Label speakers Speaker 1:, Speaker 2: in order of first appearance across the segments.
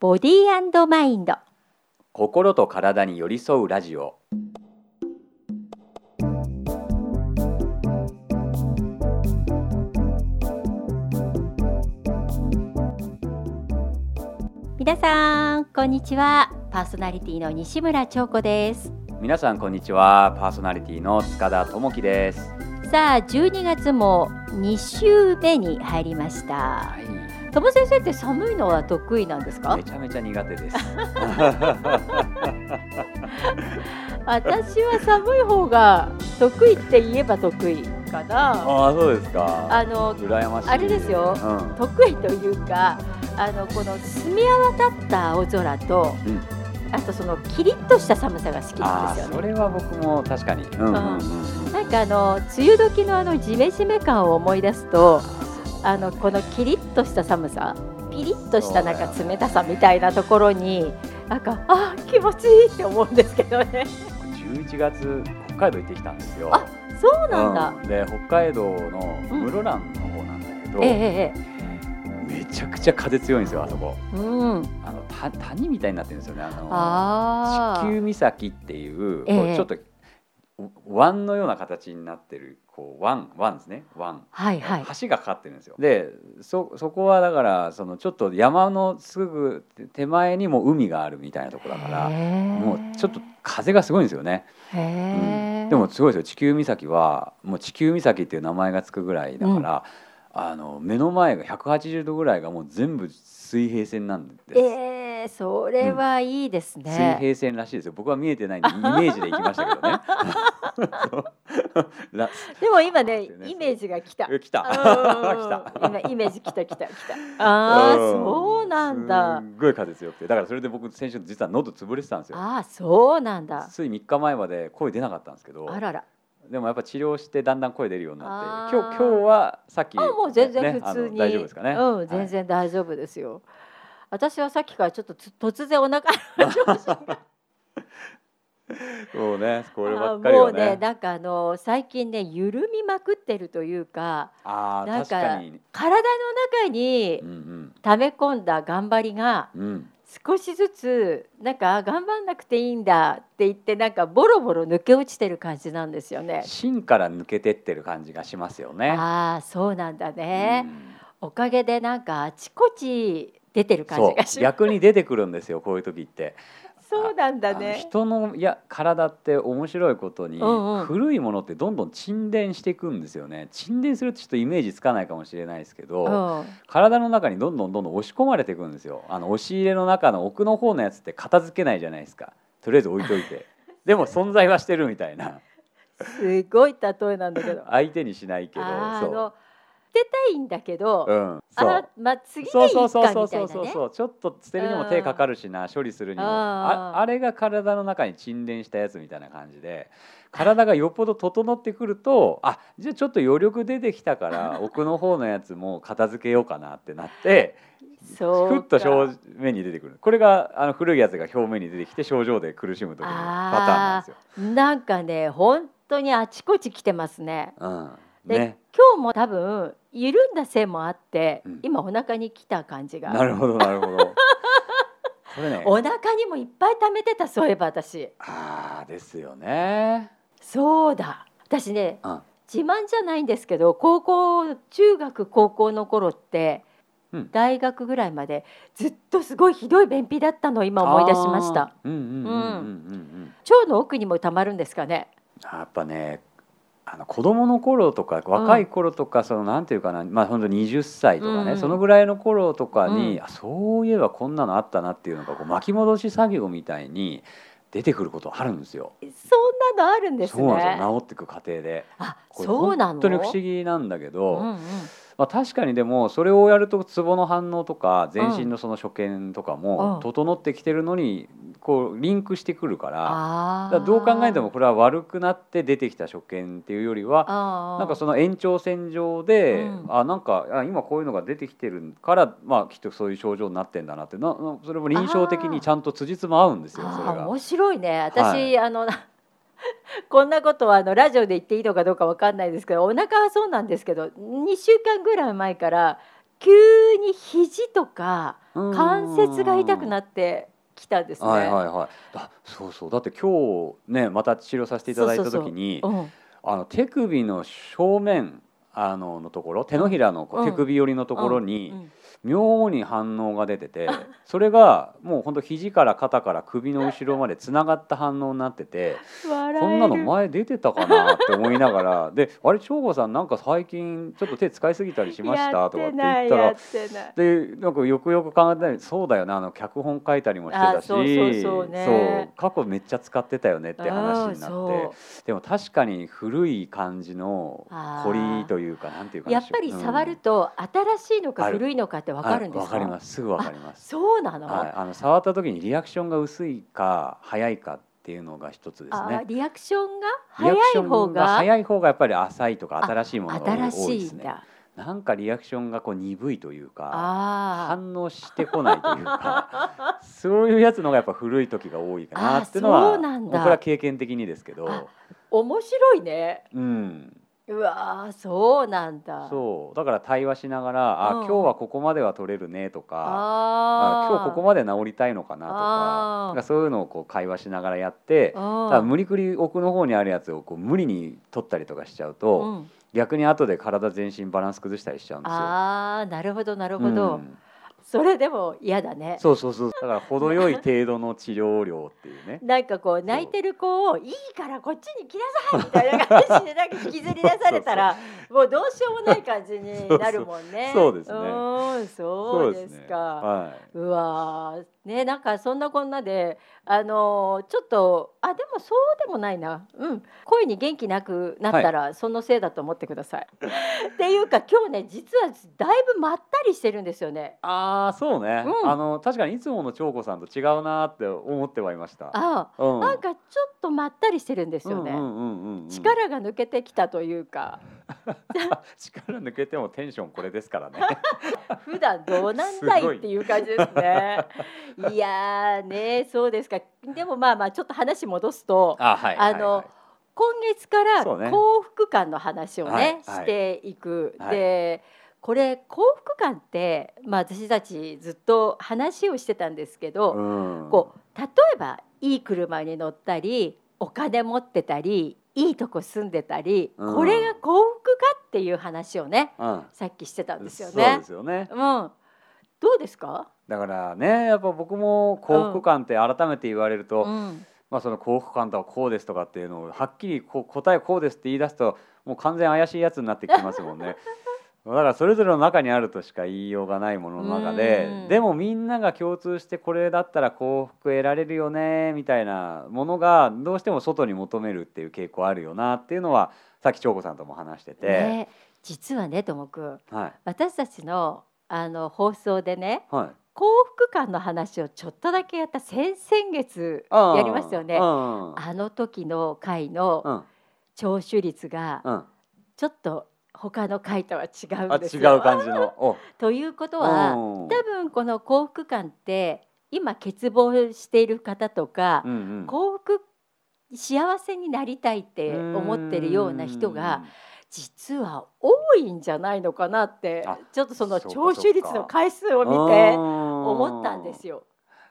Speaker 1: ボディーマインド
Speaker 2: 心と体に寄り添うラジオ
Speaker 1: 皆さんこんにちはパーソナリティの西村彫子です
Speaker 2: 皆さんこんにちはパーソナリティの塚田智樹です
Speaker 1: さあ12月も2週目に入りました、
Speaker 2: い
Speaker 1: 友先生って寒いのは得意なんですか
Speaker 2: めちゃめちゃ苦手です
Speaker 1: 私は寒い方が得意って言えば得意かな
Speaker 2: ああそうですか
Speaker 1: あの
Speaker 2: 羨ましい
Speaker 1: あれですよ
Speaker 2: うん
Speaker 1: 得意というかあのこの澄み渡った青空と、
Speaker 2: うん
Speaker 1: あとそのキリッとした寒さが好きな
Speaker 2: あ
Speaker 1: ん
Speaker 2: ー
Speaker 1: ですよ
Speaker 2: そ
Speaker 1: ね
Speaker 2: れは僕も確かにうんうんうんうん
Speaker 1: なんかあの梅雨時のあのジメジメ感を思い出すとあのこのキリッとした寒さピリッとしたなんか
Speaker 2: そうだよね
Speaker 1: 冷たさみたいなところになんかあー気持ちいいって思うんですけどね
Speaker 2: 11月北海道行ってきたんですよ
Speaker 1: あそうなんだ、
Speaker 2: うんで北海道の室蘭の方なんだけど、
Speaker 1: ええええ
Speaker 2: めちゃくちゃ風強いんですよあそこ
Speaker 1: ええうん
Speaker 2: あのた谷みたいになってるんですよねあの
Speaker 1: あ
Speaker 2: 地球
Speaker 1: ー
Speaker 2: 岬っていう、
Speaker 1: ええ
Speaker 2: こうちょっと湾のような形になってるこう湾湾ですね湾
Speaker 1: はいはい
Speaker 2: 橋がかかってるんですよでそそこはだからそのちょっと山のすぐ手前にも海があるみたいなところだからも
Speaker 1: も
Speaker 2: うちょっと風がすごいんですよね、
Speaker 1: へえ、
Speaker 2: うんでもすごいですよ地球岬はもう地球岬っていう名前がつくぐらいだから、あの目の前が180度ぐらいがもう全部水平線なんです、
Speaker 1: ええそれはいいですね、
Speaker 2: 水平線らしいですよ。僕は見えてないんでイイメージで行きましたけどね。 そうラ
Speaker 1: でも今ね
Speaker 2: そうですね
Speaker 1: イメージが来た。
Speaker 2: え来た。
Speaker 1: うん
Speaker 2: 来た。
Speaker 1: 今イメージ来た来た来た。ああ
Speaker 2: うん
Speaker 1: そうなんだ。
Speaker 2: すっごい風強くて、だからそれで僕先週実は喉潰れてたんですよ。
Speaker 1: ああそうなんだ。
Speaker 2: つい3日前まで声出なかったんですけど、
Speaker 1: あらら。
Speaker 2: でもやっぱ治療してだんだん声出るようになって、
Speaker 1: あー
Speaker 2: 今日今日はさっき
Speaker 1: あもう全然
Speaker 2: ね
Speaker 1: 普通に。
Speaker 2: あの大丈夫ですかね。
Speaker 1: うん全然大丈夫ですよ。私はさっきからちょっとつ突然お腹
Speaker 2: はい。そうね、これば
Speaker 1: が
Speaker 2: っかり
Speaker 1: もう
Speaker 2: は
Speaker 1: ね
Speaker 2: ね。
Speaker 1: なんかあの最近ね緩みまくってるというか
Speaker 2: ああ
Speaker 1: なん
Speaker 2: 確
Speaker 1: か
Speaker 2: かに。
Speaker 1: 体の中に
Speaker 2: うん
Speaker 1: 溜め込んだ頑張りが
Speaker 2: うんうん。
Speaker 1: 少しずつなんかあ頑張んなくていいんだって言ってなんかボロボロ抜け落ちてる感じなんですよね。
Speaker 2: 芯から抜けてってる感じがしますよね。
Speaker 1: ああそうなんだ
Speaker 2: う
Speaker 1: ね、
Speaker 2: ん
Speaker 1: おかげでなんかあちこち出てる感
Speaker 2: そ
Speaker 1: じが
Speaker 2: う
Speaker 1: しま
Speaker 2: 逆に出てくるんですよこういう時って。
Speaker 1: す。そうなんだ
Speaker 2: あの
Speaker 1: ね。
Speaker 2: 人のいや体って面白いことに、
Speaker 1: うんうん
Speaker 2: 古いものってどんどん沈殿していくんですよね。沈殿するとちょっとイメージつかないかもしれないですけど、
Speaker 1: うん、
Speaker 2: 体の中にどんどんどんどん押し込まれていくんですよ。あの押し入れの中の奥の方のやつって片付けないじゃないですか。とりあえず置いといて。でも存在はしてるみたいな
Speaker 1: すごい例えなんだ けど。あ
Speaker 2: 相手にしないけど
Speaker 1: あーあ
Speaker 2: そう
Speaker 1: の出たいんだけど、
Speaker 2: うん
Speaker 1: あ
Speaker 2: そう
Speaker 1: らまあ次でい
Speaker 2: そう
Speaker 1: いか
Speaker 2: そう
Speaker 1: みた
Speaker 2: そうそう
Speaker 1: い
Speaker 2: そ
Speaker 1: な
Speaker 2: うそう
Speaker 1: ね。
Speaker 2: そうちょっと捨てるにも手かかるしな処理するにも
Speaker 1: うん
Speaker 2: ああれが体の中に沈殿したやつみたいな感じで体がよっぽど整ってくるとあじゃあちょっと余力出てきた から奥の方のやつも片付けようかなってなって
Speaker 1: そ
Speaker 2: ふ
Speaker 1: う
Speaker 2: っと
Speaker 1: か
Speaker 2: 表面に出てくるこれがあの古いやつが表面に出てきて症状で苦しむ時のパターンなんですよ。
Speaker 1: なんかね本当にあちこち来てますね。
Speaker 2: うん、
Speaker 1: で、
Speaker 2: ね
Speaker 1: 今日も多分緩んだせいもあって、
Speaker 2: うん
Speaker 1: 今お腹に来た感じが
Speaker 2: なるほどな るほど。これね
Speaker 1: お腹にもいっぱい溜めてたそういえば私
Speaker 2: ああですよね。
Speaker 1: そうだ私ね
Speaker 2: うん
Speaker 1: 自慢じゃないんですけど高校中学高校の頃って、
Speaker 2: うん
Speaker 1: 大学ぐらいまでずっとすごいひどい便秘だったのを今思い出しました
Speaker 2: あー。うんうんうんうんうん
Speaker 1: 腸の奥にもたまるんですかね
Speaker 2: うん。やっぱね、あの子供の頃とか若い頃とか、そのなんていうかな、まあ本当20歳とかね、
Speaker 1: うん
Speaker 2: そのぐらいの頃とかに、
Speaker 1: う
Speaker 2: あそういえばこんなのあったなっていうのがこう巻き戻し作業みたいに出てくることあるんですよ。
Speaker 1: そんなのあるんですね
Speaker 2: そうなんですよ。治っていく過程で。
Speaker 1: あ
Speaker 2: これ
Speaker 1: そうなの
Speaker 2: 本当に不思議なんだけど、
Speaker 1: うんうん
Speaker 2: まあ確かにでもそれをやるとツボの反応とか全身のその所見とか
Speaker 1: うん
Speaker 2: も整ってきてるのにこうリンクしてくるから。
Speaker 1: あ
Speaker 2: だから
Speaker 1: ー
Speaker 2: どう考えてもこれは悪くなって出てきた所見っていうよりは
Speaker 1: あー
Speaker 2: なんかその延長線上で、
Speaker 1: うん
Speaker 2: あなんかあ今こういうのが出てきてるから、まあ、きっとそういう症状になってんだなってななそれも臨床的にちゃんと辻褄合うんですよそれ
Speaker 1: あー
Speaker 2: が。
Speaker 1: 面白いね私、
Speaker 2: はい
Speaker 1: あの なこんなことはあのラジオで言っていいのかどうかわかんないですけどお腹はそうなんですけど2週間ぐらい前から急に肘とか
Speaker 2: うん
Speaker 1: 関節が痛くなってきたんですね。
Speaker 2: はいはいはい。あ、そうそう。だって今日ね、また治療させていただいた
Speaker 1: そうそうそ
Speaker 2: 時
Speaker 1: う
Speaker 2: に、
Speaker 1: うん
Speaker 2: あの手首の正面あののところ、手のひらのこう
Speaker 1: うん
Speaker 2: 手首寄りのところ
Speaker 1: う
Speaker 2: に
Speaker 1: ん
Speaker 2: 妙に反応が出てて、それがもう本当肘から肩から首の後ろまでつながった反応になってて、
Speaker 1: 笑える
Speaker 2: こんなの前出てたかなって思いながら、で、あれ長吾さんなんか最近ちょっと手使いすぎたりしましたとかって言
Speaker 1: や
Speaker 2: ったら
Speaker 1: っ。てないやって
Speaker 2: でなんかよくよく考えたらそうだよなあの脚本書いたりもしてたし
Speaker 1: あそうそうそうね
Speaker 2: そう過去めっちゃ使ってたよねって
Speaker 1: ない
Speaker 2: 話に
Speaker 1: あー
Speaker 2: なって
Speaker 1: そ
Speaker 2: でも確かに古い感じの
Speaker 1: あ
Speaker 2: 凝
Speaker 1: ー
Speaker 2: りというかなんていう
Speaker 1: う
Speaker 2: か
Speaker 1: やっぱり触ると新しいのか古いのかってわ
Speaker 2: わ
Speaker 1: かるんですか。
Speaker 2: わかりますすぐわかります
Speaker 1: そうなの。
Speaker 2: はいあの触った時にリアクションが薄いか早いかっていうのが一つです
Speaker 1: あ
Speaker 2: ね
Speaker 1: ーリアクションが
Speaker 2: リ
Speaker 1: 早
Speaker 2: アクショ
Speaker 1: い方
Speaker 2: ンが
Speaker 1: が
Speaker 2: 早い方がやっぱり浅いとか新しいものが多い
Speaker 1: 新
Speaker 2: 多いで
Speaker 1: しい
Speaker 2: す
Speaker 1: ん
Speaker 2: ね
Speaker 1: だ。
Speaker 2: なんかリアクションがこう鈍いというか
Speaker 1: あ
Speaker 2: 反応してこないというか そういうやつのがやっぱ古い時が多いかなっていうの
Speaker 1: あー
Speaker 2: は
Speaker 1: そうなんだ
Speaker 2: もこれは経験的にですけ
Speaker 1: あ
Speaker 2: ど、
Speaker 1: あ、面白いね。
Speaker 2: うん、
Speaker 1: うわー、そうなんだ。
Speaker 2: そうだから対話しながら「あ
Speaker 1: うん
Speaker 2: 今日はここまでは取れるね」とか「
Speaker 1: あ
Speaker 2: あ
Speaker 1: あ、
Speaker 2: 今日ここまで治りたいのかな」とか
Speaker 1: あー
Speaker 2: なんかそういうのをこう会話しながらやって。ただ
Speaker 1: あ
Speaker 2: 無理くり奥の方にあるやつをこう無理に取ったりとかしちゃうと、
Speaker 1: うん、
Speaker 2: 逆に後で体全身バランス崩したりしちゃうんですよ。
Speaker 1: ああ、なるほど、なるほ
Speaker 2: う
Speaker 1: ど。
Speaker 2: ん
Speaker 1: それでも嫌だね。
Speaker 2: そうそうそうだから程よい程度の治療量っていうね
Speaker 1: なんかこう泣いてる子をいいからこっちに来なさいみたいな感じでなんか引きずり出されたらもうどうしようもない感じになるもんね。
Speaker 2: そうですね
Speaker 1: うん、 そうです
Speaker 2: ね
Speaker 1: か。
Speaker 2: はいう
Speaker 1: わーねなんかそんなこんなであのーちょっとあでもそうでもないなうん恋に元気なくなったらそのせいだと思ってください。 っていうか今日ね実はだいぶまったりしてるんですよね。
Speaker 2: ああそうね、
Speaker 1: うん
Speaker 2: あの確かにいつもの長子さんと違うなーって思ってはいました
Speaker 1: あ
Speaker 2: うん、
Speaker 1: なんかちょっとまったりしてるんですよね。
Speaker 2: うんうんうんうんうん、
Speaker 1: 力が抜けてきたという か
Speaker 2: 力抜けてもテンションこれで すからね
Speaker 1: 普段どうなんだ
Speaker 2: すご
Speaker 1: い
Speaker 2: い
Speaker 1: っていう感じです ね。いやーねそうですかでもまあまあちょっと話戻すと
Speaker 2: あはいはいはい
Speaker 1: あの今月から
Speaker 2: そうね
Speaker 1: 幸福感の話をね
Speaker 2: はいはい
Speaker 1: していく、
Speaker 2: はい
Speaker 1: でこれ幸福感って、まあ、私たちずっと話をしてたんですけど、
Speaker 2: うん、
Speaker 1: こう例えばいい車に乗ったりお金持ってたりいいとこ住んでたり、
Speaker 2: うん
Speaker 1: これが幸福かっていう話をね
Speaker 2: うん、
Speaker 1: さっきしてたんですよ
Speaker 2: そう
Speaker 1: ね
Speaker 2: で。すよね
Speaker 1: うん、どうですか、
Speaker 2: だからねやっぱ僕も幸福感って改めて言われると、
Speaker 1: うん、
Speaker 2: まあ、その幸福感とはこうですとかっていうのをはっきりこう答えこうですって言い出すともう完全怪しいやつになってきますもん ね。だからそれぞれの中にあるとしか言いようがないものの中で
Speaker 1: うん
Speaker 2: でもみんなが共通してこれだったら幸福得られるよねみたいなものがどうしても外に求めるっていう傾向あるよなっていうのはさっき長子さんとも話してて、
Speaker 1: ね実はねともくん
Speaker 2: はい
Speaker 1: 私たちのあの放送でね
Speaker 2: はい、
Speaker 1: 幸福感の話をちょっとだけやった先々月
Speaker 2: あー
Speaker 1: やりましたよね
Speaker 2: う
Speaker 1: あ
Speaker 2: んうん
Speaker 1: の時の回の聴取率が
Speaker 2: うん
Speaker 1: ちょっと他の回とは違う
Speaker 2: あ
Speaker 1: んです
Speaker 2: 違
Speaker 1: よ。
Speaker 2: う感じ の。お
Speaker 1: ということは
Speaker 2: うん
Speaker 1: 多分この幸福感って今欠乏している方とか
Speaker 2: うんうん
Speaker 1: 幸福幸せになりたいって思ってるような人が実は多いんじゃないのかなって
Speaker 2: あ
Speaker 1: ちょっとその
Speaker 2: そう
Speaker 1: 聴
Speaker 2: か
Speaker 1: 取率の回数を
Speaker 2: う
Speaker 1: 見
Speaker 2: ん
Speaker 1: て思ったんですよ。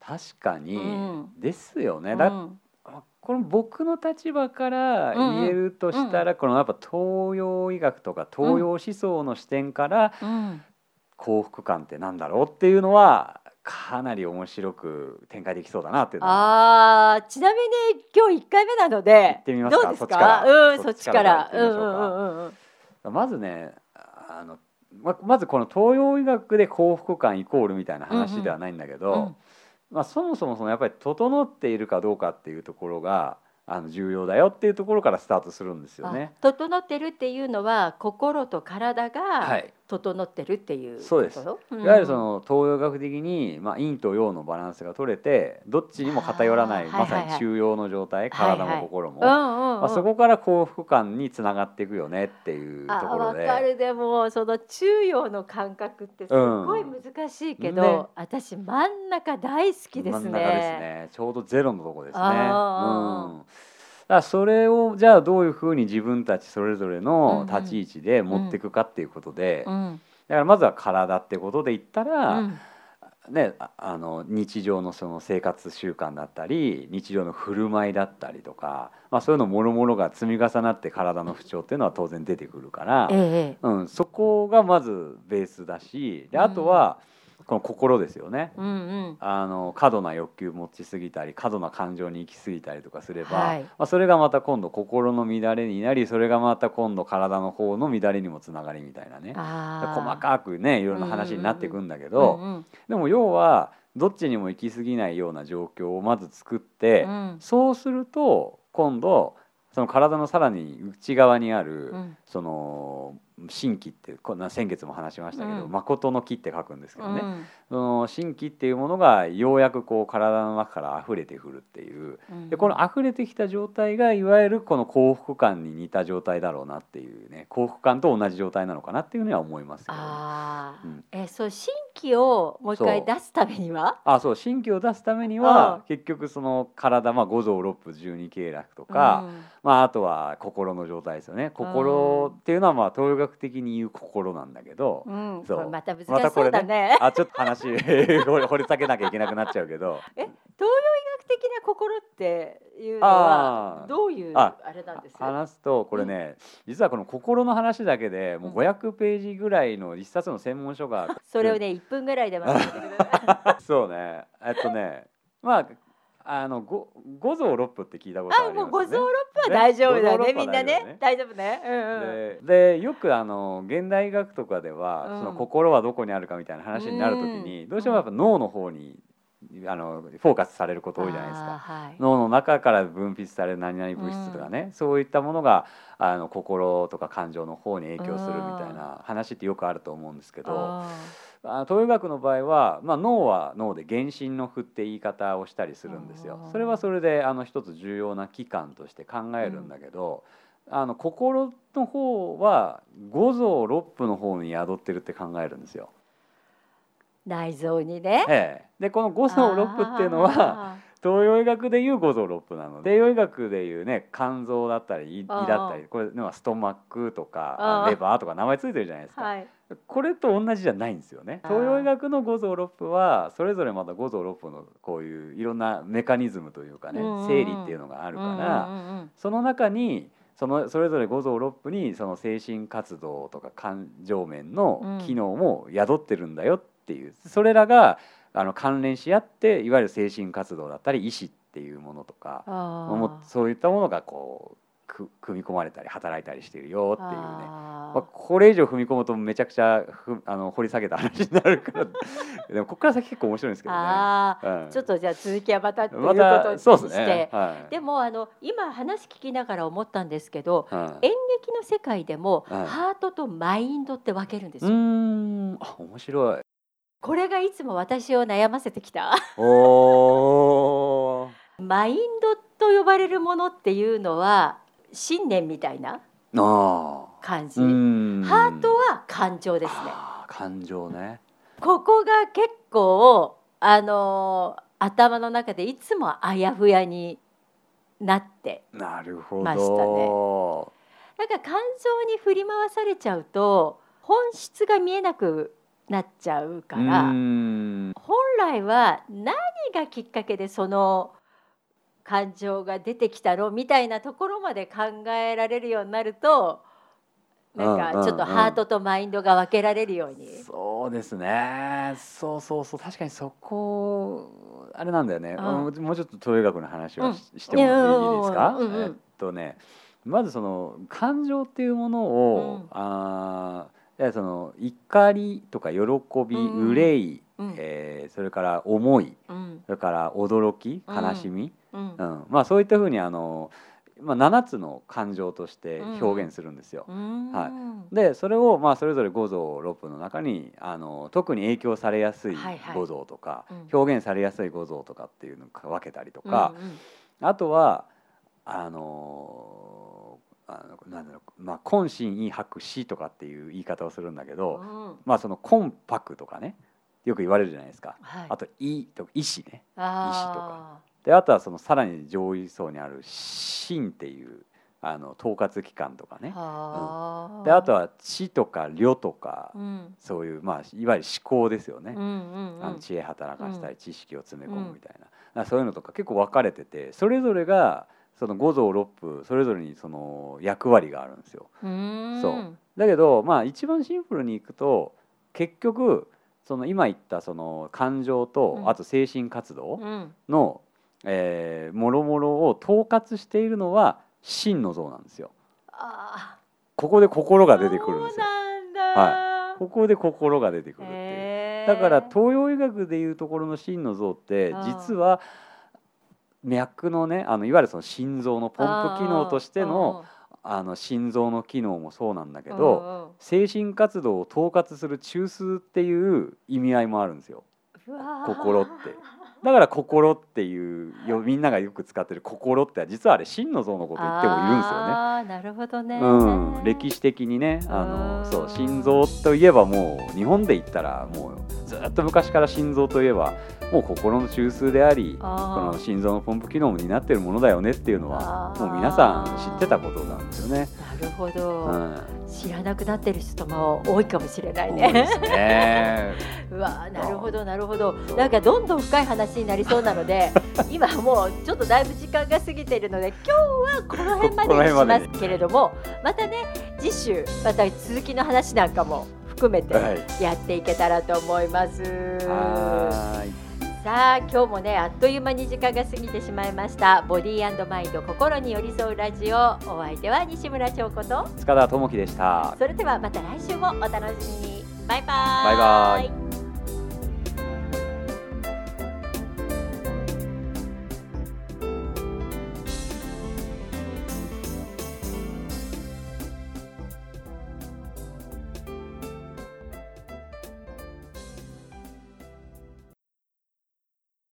Speaker 2: 確かに、
Speaker 1: うん
Speaker 2: ですよね、
Speaker 1: う
Speaker 2: だ
Speaker 1: ん
Speaker 2: この僕の立場から言えるとしたら、このやっぱ東洋医学とか東洋思想の視点から
Speaker 1: うん
Speaker 2: 幸福感ってなんだろうっていうのはかなり面白く展開できそうだなっていうのは
Speaker 1: あーちなみに今日一回目なので
Speaker 2: 行ってみます
Speaker 1: ど
Speaker 2: か
Speaker 1: うです
Speaker 2: そっちから
Speaker 1: うんそっちから
Speaker 2: そっちから行ってみましょうか
Speaker 1: うんうんうんうん
Speaker 2: まずねあのままずこの東洋医学で幸福感イコールみたいな話ではないんだけど、
Speaker 1: うん
Speaker 2: まあ、そもそもそのやっぱり整っているかどうかっていうところがあの重要だよっていうところからスタートするんですよね
Speaker 1: あ。整ってるっていうのは心と体
Speaker 2: は
Speaker 1: が
Speaker 2: い
Speaker 1: 整ってるっていう
Speaker 2: そうです
Speaker 1: ことうん
Speaker 2: いわゆるその東洋学的に、まあ、陰と陽のバランスが取れてどっちにも偏らない
Speaker 1: あー
Speaker 2: まさ
Speaker 1: はいはい
Speaker 2: に
Speaker 1: はい
Speaker 2: 中陽の状
Speaker 1: は
Speaker 2: 態、
Speaker 1: いはい
Speaker 2: 体も心も、
Speaker 1: うんうんうん
Speaker 2: まあ、そこから幸福感につながっていくよねっていうと
Speaker 1: あ
Speaker 2: ころ
Speaker 1: わ
Speaker 2: で
Speaker 1: かるでもその中央の感覚ってすっごい難しいけど、
Speaker 2: うんね
Speaker 1: 私真ん中大好きですね。
Speaker 2: 真ん中ですねちょうどゼロのとこですね。う
Speaker 1: あ
Speaker 2: ん
Speaker 1: ーあーあー
Speaker 2: だからそれをじゃあどういうふうに自分たちそれぞれの
Speaker 1: うんうん
Speaker 2: 立ち位置で持っていくかっていうことで、
Speaker 1: うん
Speaker 2: だからまずは体ってことで言ったら、
Speaker 1: うん
Speaker 2: ね、ああの日常のその生活習慣だったり日常の振る舞いだったりとか、まあ、そういうのもろもろが積み重なって体の不調っていうのは当然出てくるから、
Speaker 1: ええ
Speaker 2: うん、そこがまずベースだしであとはこの心ですよね。
Speaker 1: うんうん
Speaker 2: あの過度な欲求持ちすぎたり過度な感情に行き過ぎたりとかすれば、
Speaker 1: はい
Speaker 2: まあ、それがまた今度心の乱れになりそれがまた今度体の方の乱れにもつながりみたいなね
Speaker 1: あー
Speaker 2: 細かくねいろんな話になっていくんだけど、
Speaker 1: うんうん
Speaker 2: でも要はどっちにも行き過ぎないような状況をまず作って、
Speaker 1: うん
Speaker 2: そうすると今度その体のさらに内側にある、
Speaker 1: うん
Speaker 2: その心気ってこんな先月も話しましたけど、
Speaker 1: うん
Speaker 2: 誠の気って書くんですけ
Speaker 1: う
Speaker 2: どね、
Speaker 1: ん
Speaker 2: その心気っていうものがようやくこう体の中から溢れてくるっていう
Speaker 1: うん
Speaker 2: でこの溢れてきた状態がいわゆるこの幸福感に似た状態だろうなっていうね幸福感と同じ状態なのかなっていうのは思いますけどね、
Speaker 1: ああ、
Speaker 2: うん
Speaker 1: えそう新規をもう一回
Speaker 2: そう
Speaker 1: 出すためには
Speaker 2: あそう新規を出すために
Speaker 1: うん
Speaker 2: は結局その体、まあ、五臓六腑十二経絡とか、まあ、あとは心の状態ですよね心っていうのはまあ東洋学的に言う心なんだけど、
Speaker 1: うん、うん、
Speaker 2: そう
Speaker 1: これまた難
Speaker 2: また
Speaker 1: し
Speaker 2: こ
Speaker 1: そう
Speaker 2: れね
Speaker 1: だね。
Speaker 2: あちょっと話 これ掘り下げなきゃいけなくなっちゃうけど
Speaker 1: 東洋医学的な心っていうのは
Speaker 2: あー
Speaker 1: どういうあ
Speaker 2: あ
Speaker 1: れなんですか。
Speaker 2: 話すとこれね、実はこの心の話だけでもう500ページぐらいの一冊の専門 書が
Speaker 1: それをね一分ぐらいでまとめてください。
Speaker 2: そうねえっとねまああのご五臓六腑って聞いたことあ
Speaker 1: あ
Speaker 2: ります
Speaker 1: も
Speaker 2: よ
Speaker 1: う
Speaker 2: ね。
Speaker 1: 五臓六腑は大丈夫だね
Speaker 2: ね
Speaker 1: みんなね大丈夫ね。うんうん。
Speaker 2: ででよくあの現代医学とかでは、
Speaker 1: うん
Speaker 2: その心はどこにあるかみたいな話になるときに、
Speaker 1: うん
Speaker 2: どうしてもやっぱ脳の方にあのフォーカスされること多いじゃないです
Speaker 1: あ
Speaker 2: か。
Speaker 1: ーはい。
Speaker 2: 脳の中から分泌される何々物質とかね、そういったものがあの心とか感情の方に影響するみたいな話ってよくあると思うんですけど、
Speaker 1: あ
Speaker 2: あ東洋医学の場合は、まあ、脳は脳で原神の腑って言い方をしたりするんですよ
Speaker 1: あー。
Speaker 2: それはそれであの一つ重要な器官として考えるんだけど、あの心の方は五臓六腑の方に宿ってるって考えるんですよ。
Speaker 1: ー内臓にね。
Speaker 2: ええ、でこの五臓六腑っていうのは
Speaker 1: あ
Speaker 2: 東洋医学でいう五臓六腑なので西洋医学でいうね肝臓だったり胃胃
Speaker 1: あー
Speaker 2: だったりこれのはストマックとか
Speaker 1: あー
Speaker 2: あレバーとか名前ついてるじゃないです
Speaker 1: ー
Speaker 2: か、
Speaker 1: はい。
Speaker 2: これと同じじゃないんですよね
Speaker 1: あー
Speaker 2: 東洋医学の五臓六腑はそれぞれまた五臓六腑のこういういろんなメカニズムというかね
Speaker 1: うんうんうん
Speaker 2: 生理っていうのがあ
Speaker 1: あ
Speaker 2: るから、その中にそのそれぞれ五臓六腑にその精神活動とか感情面の機能も宿ってるんだよっていう、それらがあの関連し合っていわゆる精神活動だったり意志っていうものとか
Speaker 1: あー
Speaker 2: もうそういったものがこうく組み込まれたり働いたりしてるよっていうね。
Speaker 1: あー
Speaker 2: まあ、これ以上踏み込むとめちゃくちゃふあの掘り下げた話になるから でもここから先結構面白いんですけどね。
Speaker 1: あ
Speaker 2: うん
Speaker 1: ーちょっとじゃあ続きはまたというこ
Speaker 2: また
Speaker 1: とに
Speaker 2: そうで
Speaker 1: し
Speaker 2: すね
Speaker 1: て。。
Speaker 2: はい、
Speaker 1: で
Speaker 2: も、
Speaker 1: もあの今話聞きながら思ったんですけど
Speaker 2: はい、
Speaker 1: 演劇の世界でも、
Speaker 2: はい
Speaker 1: ハートとマインドって分けるんです
Speaker 2: うー
Speaker 1: よ。
Speaker 2: んあ面白い。
Speaker 1: これがいつも私を悩ませてきた
Speaker 2: おー
Speaker 1: マインドと呼ばれるものっていうのは信念みたいな
Speaker 2: あ
Speaker 1: 感じ、
Speaker 2: ーうーん
Speaker 1: ハートは感情ですね
Speaker 2: あー感情ね。
Speaker 1: ここが結構あのー頭の中でいつもあやふやになって
Speaker 2: なるほ
Speaker 1: ま
Speaker 2: ど。
Speaker 1: なんか感情に振り回されちゃうと本質が見えなくなっちゃうか
Speaker 2: うー
Speaker 1: ら
Speaker 2: ん
Speaker 1: 本来は何がきっかけでその感情が出てきたのみたいなところまで考えられるようになるとなん
Speaker 2: うんうんう
Speaker 1: か
Speaker 2: ん
Speaker 1: ちょっとハートとマインドが分けられるように。
Speaker 2: そうですねそうそうそう確かにそこあれなんだよね、
Speaker 1: うん
Speaker 2: うんもうちょっと東洋医学の話
Speaker 1: う
Speaker 2: を
Speaker 1: ん
Speaker 2: し,、ても
Speaker 1: いや
Speaker 2: いいですか、
Speaker 1: うんうん
Speaker 2: えっとねまずその感情っていうものを、
Speaker 1: うん
Speaker 2: あーいやその怒りとか喜び、
Speaker 1: うん
Speaker 2: 憂い、
Speaker 1: うん
Speaker 2: えーそれから思い
Speaker 1: うん
Speaker 2: それから驚き
Speaker 1: うん
Speaker 2: 悲しみ、
Speaker 1: うん
Speaker 2: うんまあ、そういったふうにあの、まあ、7つの感情として表現するんですよ。
Speaker 1: うん
Speaker 2: はいでそれをまあそれぞれ五臓六腑の中にあの特に影響されやすい
Speaker 1: はいはい
Speaker 2: 五臓とか、
Speaker 1: うん
Speaker 2: 表現されやすい五臓とかっていうのを分けたりと
Speaker 1: うん
Speaker 2: か、
Speaker 1: うん
Speaker 2: あとはあのあのなんだろう、まあ、根心意白死とかっていう言い方をするんだけど、
Speaker 1: うん
Speaker 2: まあその魂魄とかねよく言われるじゃないですか。
Speaker 1: はい
Speaker 2: あと意と意志ね。
Speaker 1: あー
Speaker 2: 意思とであとはそのさらに上位層にある心っていうあの統括機関とかね
Speaker 1: は
Speaker 2: であと
Speaker 1: は、
Speaker 2: は知とか慮とか、
Speaker 1: うん
Speaker 2: そういうまあいわゆる思考ですよね、
Speaker 1: うんうんう
Speaker 2: あ
Speaker 1: ん
Speaker 2: の知恵働かした
Speaker 1: う
Speaker 2: い
Speaker 1: ん
Speaker 2: 知識を詰め込むみたいな、だからそういうのとか結構分かれててそれぞれがその五臓六腑それぞれにその役割があるんですよ。
Speaker 1: うーん
Speaker 2: そうだけどまあ一番シンプルにいくと結局その今言ったその感情と、
Speaker 1: うん
Speaker 2: あと精神活動
Speaker 1: うん
Speaker 2: の、えーもろもろを統括しているのは真の像なんですよ。
Speaker 1: あ
Speaker 2: ここで心
Speaker 1: ー
Speaker 2: が出てくるんです
Speaker 1: そう
Speaker 2: よ。
Speaker 1: なんだ、
Speaker 2: ここで心が出てくるっていう。
Speaker 1: へー
Speaker 2: だから東洋医学でいうところの真の像って
Speaker 1: あー
Speaker 2: 実は脈のねあのいわゆるその心臓のポンプ機能としてのあの心臓の機能もそうなんだけ
Speaker 1: け
Speaker 2: ど精神活動を統括する中枢っていう意味合いもあるんですよ心ってだから心っていうよみんながよく使ってる心って実はあれ真の像のこと言ってもいるんですよね。
Speaker 1: あーなるほどね、
Speaker 2: うん、歴史的にねあ
Speaker 1: あ
Speaker 2: の
Speaker 1: ー
Speaker 2: そう心臓といえばもう日本で言ったらもうずっと昔から心臓といえばもう心の中枢でありこ
Speaker 1: あ
Speaker 2: の心臓のポンプ機能も担っているものだよねっていうのは
Speaker 1: あー
Speaker 2: もう皆さん知ってたことなんですよね。
Speaker 1: ーなるほ
Speaker 2: う
Speaker 1: ど、
Speaker 2: ん、
Speaker 1: 知らなくなってる人も多いかもしれない
Speaker 2: そうで
Speaker 1: ね
Speaker 2: すね。
Speaker 1: うわーなるほどなるほど
Speaker 2: そう
Speaker 1: なんかどんどん深い話になりそうなの で今もうちょっとだいぶ時間が過ぎているので今日はこの辺ま
Speaker 2: この
Speaker 1: でに
Speaker 2: 辺
Speaker 1: し
Speaker 2: ま
Speaker 1: ま
Speaker 2: でに
Speaker 1: すけれどもまたね次週また続きの話なんかも含めて
Speaker 2: はい
Speaker 1: やっていけたらと思います。
Speaker 2: はーい
Speaker 1: さあ今日もねあっという間に時間が過ぎてしまいましたボディーマインド心に寄り添うラジオお相手は西村京子と
Speaker 2: 塚田智樹でした。
Speaker 1: それではまた来週もお楽しみにバイバーイ
Speaker 2: バイバーイ